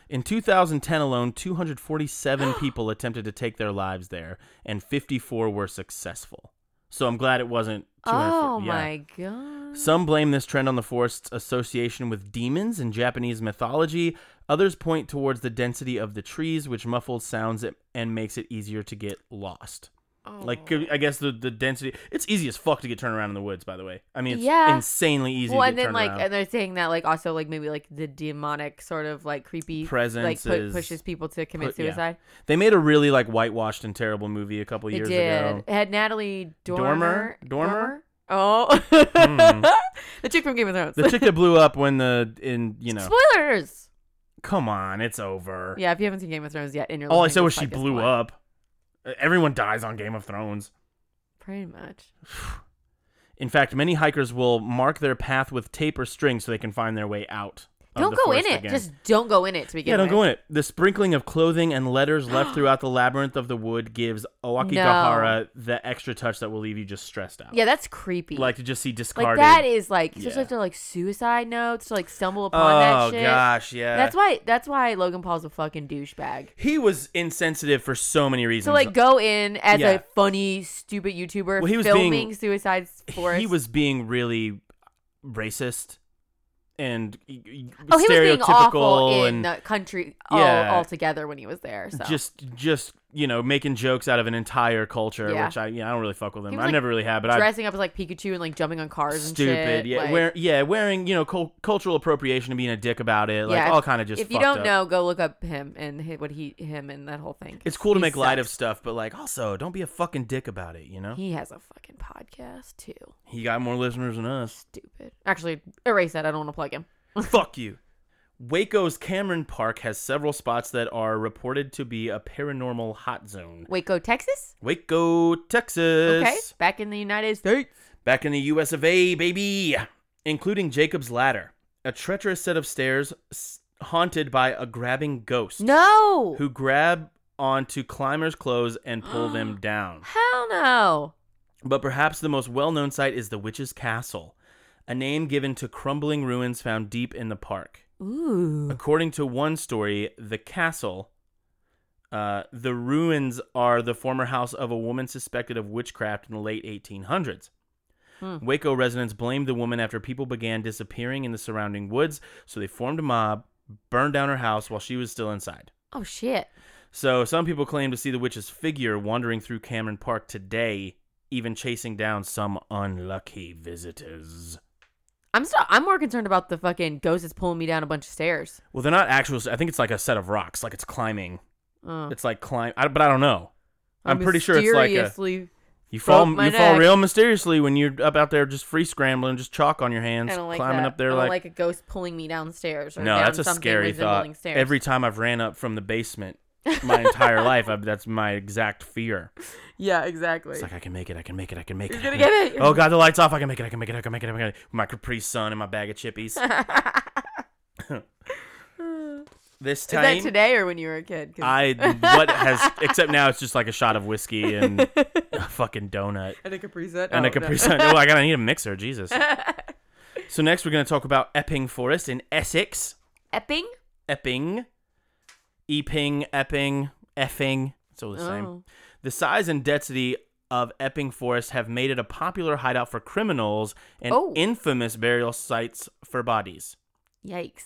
C: In 2010 alone, 247 people attempted to take their lives there, and 54 were successful. So I'm glad it wasn't. 204
A: Oh
C: yeah.
A: my god.
C: Some blame this trend on the forest's association with demons in Japanese mythology. Others point towards the density of the trees, which muffles sounds and makes it easier to get lost. Like I guess the the density. It's easy as fuck to get turned around in the woods. By the way, I mean it's
A: Yeah.
C: insanely easy.
A: Oh. well,
C: to
A: and
C: get
A: then
C: turned
A: like, uh,
C: around.
A: and they're saying that like also like maybe like the demonic sort of like creepy like
C: Presence
A: pu-
C: is-
A: pushes people to commit
C: pu- yeah.
A: suicide.
C: They made a really like whitewashed and terrible movie a couple
A: It
C: years
A: did.
C: ago.
A: It had Natalie
C: Dormer?
A: Dormer.
C: Dormer? Hmm.
A: Oh, the chick from Game of Thrones.
C: The chick that blew up when the in you know.
A: Spoilers.
C: Come on, it's over.
A: Yeah, if you haven't seen Game of Thrones yet, in your
C: All I said was she blew up. E-, Everyone dies on Game of Thrones.
A: Pretty much.
C: In fact, many hikers will mark their path with tape or string so they can find their way out. of
A: Don't
C: the
A: go in
C: forest
A: it.
C: again.
A: Just don't go in it to begin
C: yeah, don't
A: with.
C: go in it. The sprinkling of clothing and letters left throughout the labyrinth of the wood gives Owakigahara the extra touch that will leave you just stressed out.
A: Yeah, that's creepy.
C: like to just see
A: like
C: discarded.
A: that is like especially
C: Yeah.
A: after like suicide notes to like stumble upon
C: oh
A: that shit.
C: gosh, yeah.
A: That's why that's why Logan Paul's a fucking douchebag.
C: he was insensitive for so many reasons.
A: To like go in as
C: Yeah.
A: a funny, stupid YouTuber
C: Well, he was
A: filming
C: being-
A: suicide forest.
C: he was being really racist and y- y-
A: oh, he was
C: stereotypical
A: being awful in
C: and
A: the country all
C: Yeah.
A: altogether when he was there. So
C: just just you know making jokes out of an entire culture,
A: Yeah.
C: which I yeah I don't really fuck with him.
A: He
C: I
A: was, like,
C: never really have, but I
A: dressing up as like Pikachu and like jumping on cars
C: stupid.
A: and shit.
C: yeah,
A: like-
C: wear, yeah, wearing you know cul- cultural appropriation and being a dick about it, like
A: Yeah,
C: all kind of just.
A: if you
C: fucked
A: don't
C: up.
A: know, go look up him and hi- what he him and that whole thing.
C: it's cool to
A: He
C: make light of
A: sucks.
C: stuff, but like also don't be a fucking dick about it. You know, he,
A: He has a fucking podcast too.
C: got more listeners than us.
A: Stupid. Actually, erase that. I don't want to plug him.
C: Fuck you. Waco's Cameron Park has several spots that are reported to be a paranormal hot zone.
A: Waco, Texas.
C: Waco, Texas.
A: Okay, back in the United States.
C: Back in the US of A, baby, including Jacob's Ladder, a treacherous set of stairs s- haunted by a grabbing ghost
A: No.
C: who grab onto climbers' clothes and pull them down.
A: Hell no.
C: But perhaps the most well-known site is the Witch's Castle, a name given to crumbling ruins found deep in the park.
A: Ooh.
C: According to one story, the castle, uh, the ruins are the former house of a woman suspected of witchcraft in the late 1800s.
A: Hmm.
C: Waco residents blamed the woman after people began disappearing in the surrounding woods, so they formed a mob, burned down her house while she was still inside.
A: Oh shit.
C: So some people claim to see the witch's figure wandering through Cameron Park today, even chasing down some unlucky visitors.
A: I'm still. I'm more concerned about the fucking ghost that's pulling me down a bunch of stairs.
C: Well, they're not actual. I think it's like a set of rocks, like it's climbing.
A: Uh,
C: It's like climb, I, but I don't know. I'm pretty sure it's like a,
A: mysteriously-
C: you fall you
A: broke my
C: fall
A: neck.
C: real mysteriously when you're up out there just free scrambling, just chalk on your hands,
A: I don't like
C: climbing
A: that.
C: up there
A: I don't
C: like,
A: like a ghost pulling me downstairs. Or
C: no,
A: down
C: that's a
A: something
C: scary
A: resembling
C: thought.
A: Stairs.
C: Every time I've ran up from the basement my entire life, I, that's my exact fear.
A: yeah, exactly.
C: It's like I can make it, I can make it, I can make it.
A: You're
C: I
A: gonna
C: can-
A: get it.
C: Oh god, the lights off. I can make it, I can make it, I can make it, I can make it. With my Capri Sun and my bag of chippies. this
A: Is that
C: time
A: today or when you were a kid? 'Cause
C: I what has except now it's just like a shot of whiskey and a fucking donut.
A: and a Capri Sun.
C: and
A: Oh,
C: a Capri
A: no.
C: Sun. Oh, I gotta need a mixer, Jesus. so next we're gonna talk about Epping Forest in Essex.
A: Epping.
C: Epping, Epping, Epping, Effing. It's all the same.
A: Oh.
C: The size and density of Epping Forest have made it a popular hideout for criminals and
A: Oh.
C: infamous burial sites for bodies.
A: Yikes.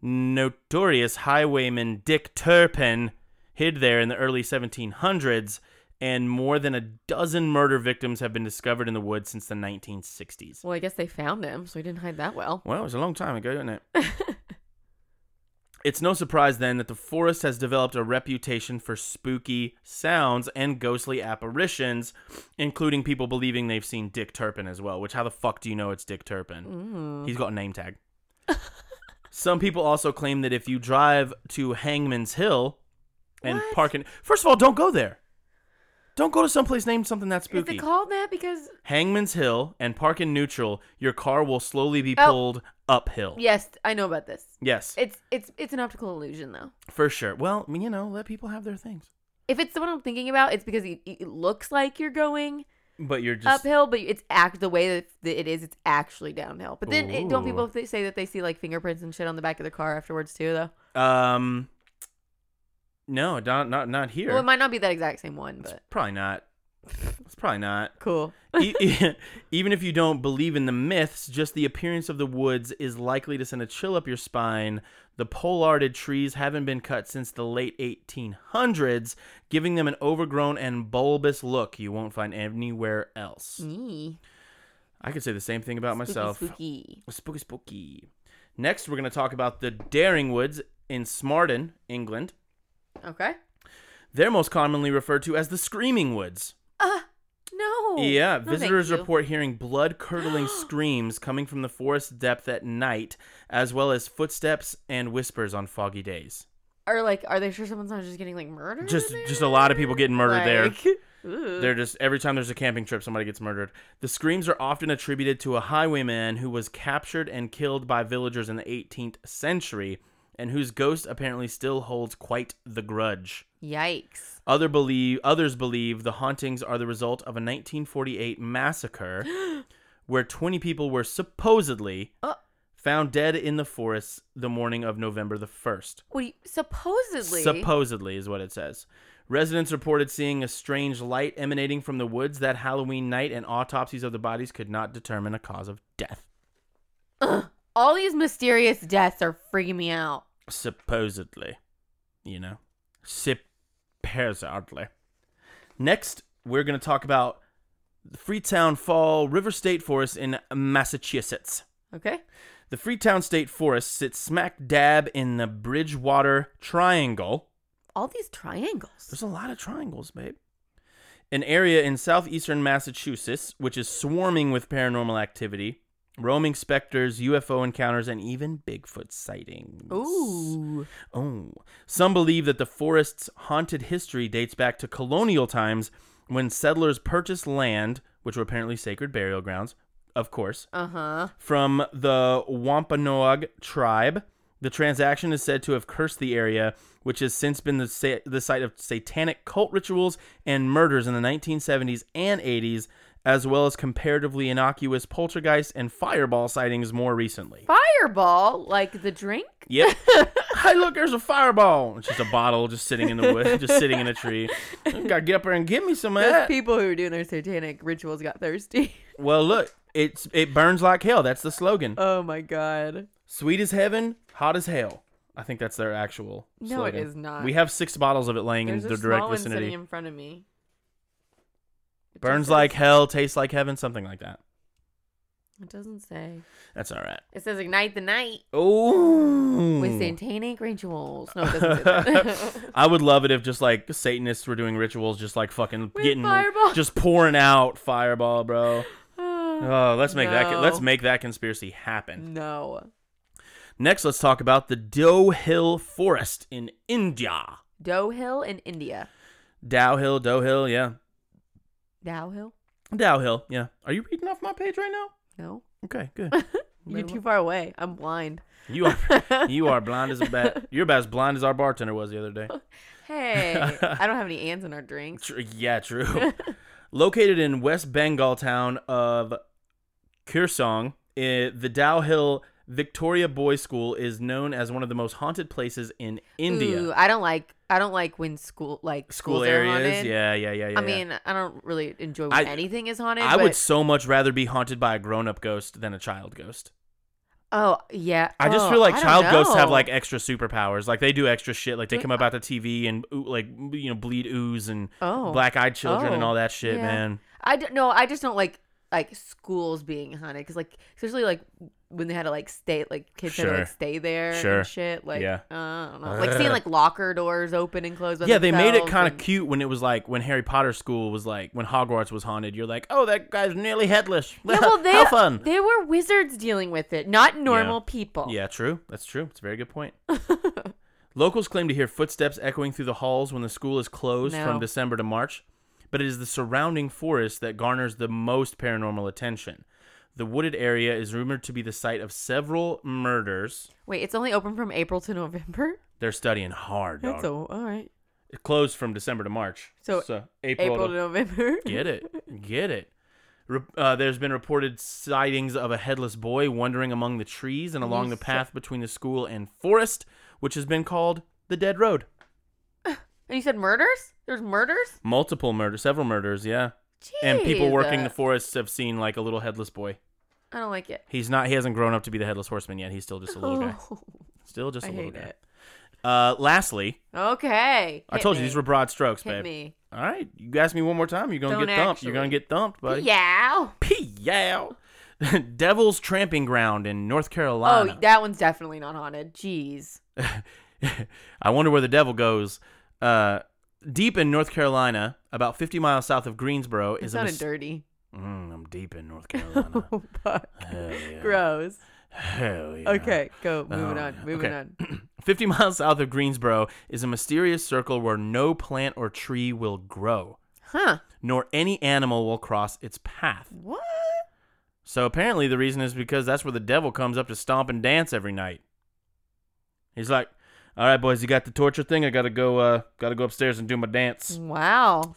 C: Notorious highwayman Dick Turpin hid there in the early 1700s, and more than a dozen murder victims have been discovered in the woods since the 1960s.
A: Well, I guess they found him, so he didn't hide that well.
C: Well, it was a long time ago, wasn't it? it's no surprise then that the forest has developed a reputation for spooky sounds and ghostly apparitions, including people believing they've seen Dick Turpin as well. Which, how the fuck do you know it's Dick
A: Mm.
C: Turpin? He's got a name tag. Some people also claim that if you drive to Hangman's Hill and
A: What?
C: park in, first of all, don't go there. Don't go to someplace named something that
A: Is
C: spooky.
A: it called that because?
C: Hangman's Hill and park in neutral, your car will slowly be
A: Oh.
C: pulled uphill.
A: Yes, I know about this.
C: Yes,
A: It's it's it's an optical illusion though.
C: for sure. Well, I mean, you know, let people have their things.
A: If it's the one I'm thinking about, it's because it, it looks like you're going
C: But you're just
A: uphill, but it's act the way that it is, it's actually downhill. But then it, don't
C: Ooh.
A: people th- say that they see like fingerprints and shit on the back of their car afterwards too, though?
C: um No, not not not here.
A: Well, it might not be that exact same one, but
C: probably not. It's probably not.
A: cool.
C: E- e- Even if you don't believe in the myths, just the appearance of the woods is likely to send a chill up your spine. The pollarded trees haven't been cut since the late 1800s, giving them an overgrown and bulbous look you won't find anywhere else.
A: Me.
C: I could say the same thing about myself.
A: Mm. Spooky.
C: Spooky, spooky. Next, we're going to talk about the Daring Woods in Smarden, England.
A: Okay.
C: They're most commonly referred to as the Screaming Woods.
A: Uh, No.
C: yeah,
A: Oh, No, thank
C: visitors
A: you.
C: report hearing blood curdling screams coming from the forest depth at night, as well as footsteps and whispers on foggy days.
A: Or like, are they sure someone's not just getting like murdered?
C: Just just a lot of people getting murdered there.
A: there.
C: They're just every time there's a camping trip, somebody gets murdered. The screams are often attributed to a highwayman who was captured and killed by villagers in the 18th century, and whose ghost apparently still holds quite the grudge.
A: Yikes.
C: Other believe others believe the hauntings are the result of a 1948 massacre, where 20 people were supposedly
A: Uh.
C: found dead in the forest the morning of November the first.
A: What do you, supposedly?
C: Supposedly is what it says. Residents reported seeing a strange light emanating from the woods that Halloween night, and autopsies of the bodies could not determine a cause of death.
A: all these mysterious deaths are freaking me out.
C: Supposedly, you know, supposedly. Next, we're going to talk about the Freetown Fall River State Forest in Massachusetts.
A: Okay.
C: The Freetown State Forest sits smack dab in the Bridgewater Triangle.
A: All these triangles.
C: There's a lot of triangles, babe. An area in southeastern Massachusetts which is swarming with paranormal activity, roaming specters, UFO encounters, and even Bigfoot sightings.
A: Ooh.
C: Oh. Some believe that the forest's haunted history dates back to colonial times when settlers purchased land, which were apparently sacred burial grounds, of course,
A: Uh huh.
C: from the Wampanoag tribe. The transaction is said to have cursed the area, which has since been the, sa- the site of satanic cult rituals and murders in the 1970s and 80s, as well as comparatively innocuous poltergeist and fireball sightings more recently.
A: Fireball, like the drink?
C: Yep. hey, look, there's a fireball. It's just a bottle just sitting in the wood, just sitting in a tree. Gotta get up there and give me some of
A: Those
C: that.
A: people who were doing their satanic rituals got thirsty.
C: well, look, it's it burns like hell. That's the slogan.
A: Oh my god.
C: Sweet as heaven, hot as hell. I think that's their actual.
A: No, it
C: slogan.
A: is not.
C: We have six bottles of it laying
A: There's
C: in
A: a
C: the direct
A: small one
C: vicinity.
A: sitting in front of me. It
C: Burns
A: doesn't-
C: like hell, tastes like heaven, something like that.
A: It doesn't say.
C: That's all right.
A: It says ignite the night
C: Oh,
A: with satanic rituals. No, it doesn't say that.
C: I would love it if just like Satanists were doing rituals, just like fucking
A: With
C: getting,
A: fireball.
C: just pouring out fireball, bro. Oh, let's make that
A: No.
C: let's make that conspiracy happen.
A: no.
C: Next, let's talk about the Doe Hill Forest in India.
A: Doe Hill in India.
C: Dow Hill, Doe Hill, yeah,
A: Dow Hill?
C: Dow Hill, yeah. Are you reading off my page right now?
A: No.
C: Okay, good.
A: You're too far away. I'm blind.
C: You are you are blind as a bat. You're about as blind as our bartender was the other day.
A: Hey, I don't have any ants in our drinks.
C: Tr- yeah, true. Located in West Bengal town of Kursong, eh, the Dow Hill Victoria Boys School is known as one of the most haunted places in India.
A: Ooh, I don't like. I don't like when school like
C: School
A: schools are
C: areas,
A: haunted.
C: yeah, yeah, yeah, yeah.
A: I
C: yeah.
A: mean, I don't really enjoy when
C: I-
A: anything is haunted.
C: I would
A: but-
C: so much rather be haunted by a grown-up ghost than a child ghost.
A: Oh yeah.
C: I just
A: Oh,
C: feel like
A: I don't
C: child ghosts have
A: know.
C: like extra superpowers. Like they do extra shit. Like they
A: Wait,
C: come up out the TV and oo- like you know bleed ooze and
A: Oh.
C: black-eyed children and
A: Oh.
C: all that shit,
A: Yeah.
C: man.
A: I don't know. I just don't like like schools being haunted because like especially like when they had to like stay like kids had to
C: Sure.
A: like stay there
C: Sure.
A: and shit. Like
C: Yeah.
A: uh, I don't know. Like seeing like locker doors open and close. By
C: Yeah, they made it
A: themselves
C: kind of
A: and-
C: cute when it was like when Harry Potter school was like when Hogwarts was haunted. You're like, oh, that guy's nearly headless.
A: Yeah, well,
C: How
A: they
C: fun.
A: they were wizards dealing with it, not normal people.
C: Yeah, true. That's true. It's a very good point. Locals claim to hear footsteps echoing through the halls when the school is closed from
A: No.
C: December to March, but it is the surrounding forest that garners the most paranormal attention. The wooded area is rumored to be the site of several murders.
A: Wait, it's only open from April to November.
C: They're studying hard,
A: That's
C: dog.
A: a, all right.
C: It closed from December to March.
A: So,
C: April,
A: April,
C: to
A: to November.
C: Get it. Get it. Re- uh, there's been reported sightings of a headless boy wandering among the trees and along the path between the school and forest, which has been called the Dead Road.
A: And you said murders? There's murders?
C: Multiple murders, several murders, yeah. And people working the
A: Jesus.
C: forests have seen like a little headless boy.
A: I don't like it.
C: He's not. He hasn't grown up to be the headless horseman yet. He's still just a little guy.
A: Oh,
C: Still just a
A: I
C: little
A: hate
C: guy.
A: it.
C: Uh, lastly,
A: Okay.
C: I
A: hit
C: told
A: me.
C: you these were broad strokes,
A: Hit
C: babe.
A: me.
C: All right, you ask me one more time, you're gonna
A: Don't
C: get thumped. You're gonna
A: actually.
C: get thumped, buddy.
A: Yeah.
C: P-yow. Devil's Tramping Ground in North
A: Oh,
C: Carolina.
A: that one's definitely not haunted. Jeez.
C: I wonder where the devil goes. Uh, deep in North Carolina, about 50 miles south of Greensboro,
A: It's
C: is a
A: not
C: mys-
A: a dirty.
C: Mm, I'm deep in North Carolina.
A: Oh, fuck.
C: Hell yeah.
A: Gross.
C: Hell yeah.
A: Okay, go. Moving
C: Oh,
A: on.
C: yeah.
A: Moving
C: Okay.
A: on.
C: 50 miles south of Greensboro is a mysterious circle where no plant or tree will grow,
A: Huh.
C: nor any animal will cross its path.
A: What?
C: So apparently the reason is because that's where the devil comes up to stomp and dance every night. He's like, "All right, boys, you got the torture thing. I gotta go. Uh, gotta go upstairs and do my dance."
A: Wow.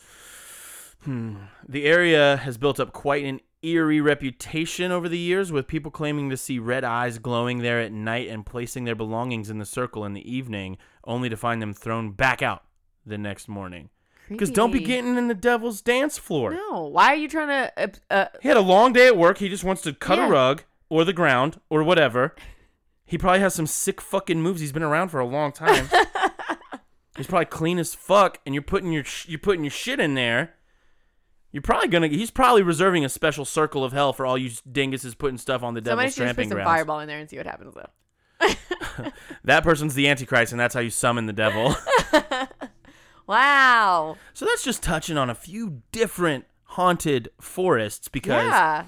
C: The area has built up quite an eerie reputation over the years, with people claiming to see red eyes glowing there at night and placing their belongings in the circle in the evening, only to find them thrown back out the next morning. Because don't be
A: Creepy.
C: getting in the devil's dance floor.
A: No. Why are you trying to? Uh, uh,
C: He had a long day at work. He just wants to cut
A: Yeah.
C: a rug or the ground or whatever. He probably has some sick fucking moves. He's been around for a long time. He's probably clean as fuck, and you're putting your sh- you're putting your shit in there. You're probably gonna. He's probably reserving a special circle of hell for all you dinguses putting stuff on the
A: somebody
C: devil's
A: should just put
C: tramping
A: some
C: grounds.
A: fireball in there and see what happens though.
C: That person's the antichrist, and that's how you summon the devil.
A: Wow.
C: so that's just touching on a few different haunted forests because
A: Yeah.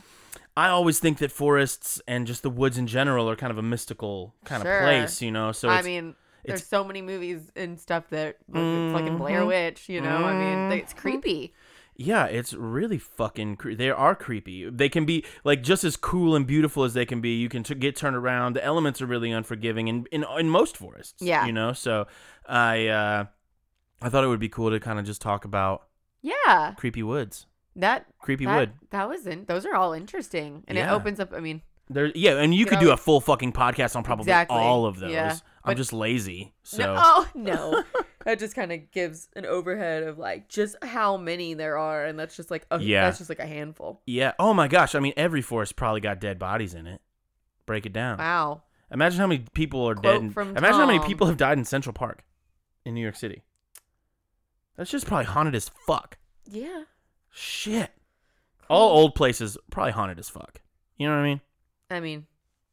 C: I always think that forests and just the woods in general are kind of a mystical kind
A: Sure.
C: of place, you know. So
A: I
C: it's,
A: mean,
C: it's- Mm-hmm.
A: there's so many movies and stuff that like, it's like in Blair Witch. You know, I mean, it's creepy.
C: yeah, it's really fucking. Cre- they are creepy. They can be like just as cool and beautiful as they can be. You can t- get turned around. The elements are really unforgiving in in, in most forests.
A: Yeah.
C: you know. So I uh, I thought it would be cool to kind of just talk about
A: Yeah.
C: creepy woods.
A: That
C: Creepy
A: that,
C: wood.
A: That was in. Those are all interesting, and it
C: Yeah.
A: opens up. I mean,
C: There, yeah, and you
A: Get
C: could do
A: out.
C: a full fucking podcast on probably
A: Exactly.
C: all of those.
A: Yeah.
C: I'm
A: But-
C: just lazy, so
A: no, oh no. That just kind of gives an overhead of like just how many there are, and that's just like a,
C: Yeah.
A: that's just like a handful.
C: Yeah. Oh my gosh. I mean, every forest probably got dead bodies in it. Break it down.
A: Wow.
C: Imagine how many people are
A: Quote
C: dead. In,
A: from
C: imagine how many
A: Tom.
C: people have died in Central Park, in New York City. That's just probably haunted as fuck.
A: Yeah.
C: Shit. All
A: Hmm.
C: old places probably haunted as fuck. You know what I mean?
A: I mean,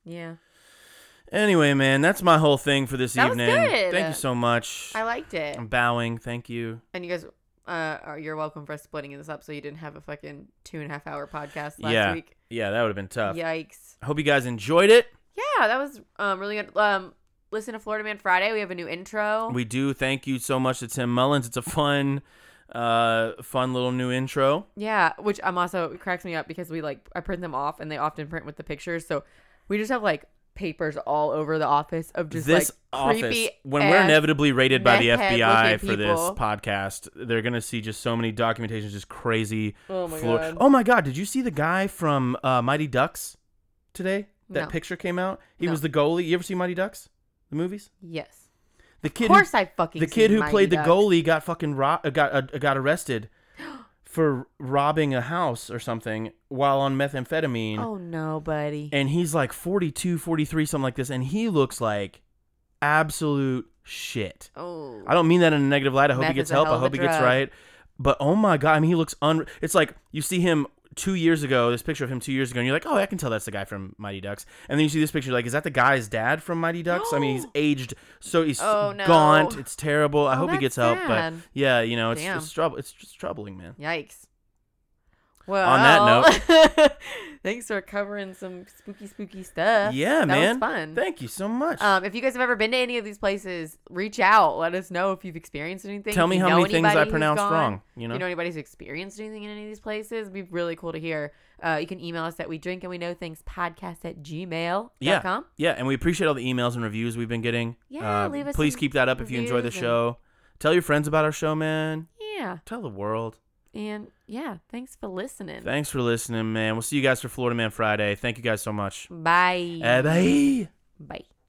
A: yeah.
C: Anyway, man, that's my whole thing for this
A: That was
C: evening.
A: good.
C: Thank you so much.
A: I liked it.
C: I'm bowing. Thank you.
A: And you guys, uh, are, you're welcome for splitting this up so you didn't have a fucking two and a half hour podcast last
C: yeah.
A: week.
C: Yeah, that would have been tough.
A: Yikes.
C: I hope you guys enjoyed it.
A: Yeah, that was um really good. Um, listen to Florida Man Friday. We have a new intro.
C: We do. Thank you so much to Tim Mullins. It's a fun, uh, fun little new intro.
A: yeah, which I'm also it cracks me up because we like I print them off and they often print with the pictures, so we just have like papers all over the office of just
C: this
A: like
C: office
A: creepy
C: when we're
A: ass-
C: inevitably raided by the
A: meth-head
C: FBI
A: looking
C: for this
A: people.
C: podcast, they're gonna see just so many documentations, just crazy.
A: Oh my God.
C: Oh my god! Did you see the guy from uh, Mighty Ducks today? That
A: No.
C: picture came out. He
A: No.
C: was the goalie. You ever see Mighty Ducks? The movies.
A: Yes,
C: The kid.
A: of course
C: who,
A: I fucking
C: the kid
A: seen
C: who
A: Mighty
C: played
A: Ducks.
C: the goalie got fucking ro- uh, got uh, got arrested for robbing a house or something while on methamphetamine.
A: Oh no, buddy.
C: and he's like 42 43 something like this and he looks like absolute shit
A: oh,
C: i don't mean that in a negative light i hope
A: Meth
C: he gets
A: is a
C: help
A: hell
C: i
A: of a
C: hope he gets
A: drug.
C: right but oh my god i mean he looks un it's like you see him two years ago this picture of him two years ago and you're like oh i can tell that's the guy from mighty ducks and then you see this picture like is that the guy's dad from mighty ducks i mean he's aged so he's
A: Oh, no.
C: gaunt it's terrible i
A: Oh,
C: hope he
A: that's
C: gets help but
A: sad.
C: yeah you know it's
A: Damn.
C: it's trouble it's just troubling man
A: Yikes. Well,
C: that
A: note, thanks for covering some spooky, spooky stuff.
C: yeah
A: that was
C: man
A: fun.
C: thank you so much
A: um, if you guys have ever been to any of these places, reach out. Let us know if you've experienced anything.
C: Tell
A: if
C: me
A: you
C: how
A: know
C: many things I
A: anybody who's
C: pronounced
A: gone.
C: wrong, you
A: If
C: know?
A: you know anybody who's experienced anything in any of these places? It'd be really cool to hear. Uh, you can email us at we drink and we know things podcast at gmail.com.
C: yeah, Yeah, and we appreciate all the emails and reviews we've been getting.
A: Yeah,
C: Uh,
A: leave us
C: Please
A: some
C: keep that up if you enjoy the
A: reviews and-
C: show. Tell your friends about our show, man.
A: Yeah.
C: Tell the world.
A: And yeah, thanks for listening.
C: Thanks for listening, man. We'll see you guys for Florida Man Friday. Thank you guys so much.
A: Bye.
C: Uh, Eh, bye.
A: Bye.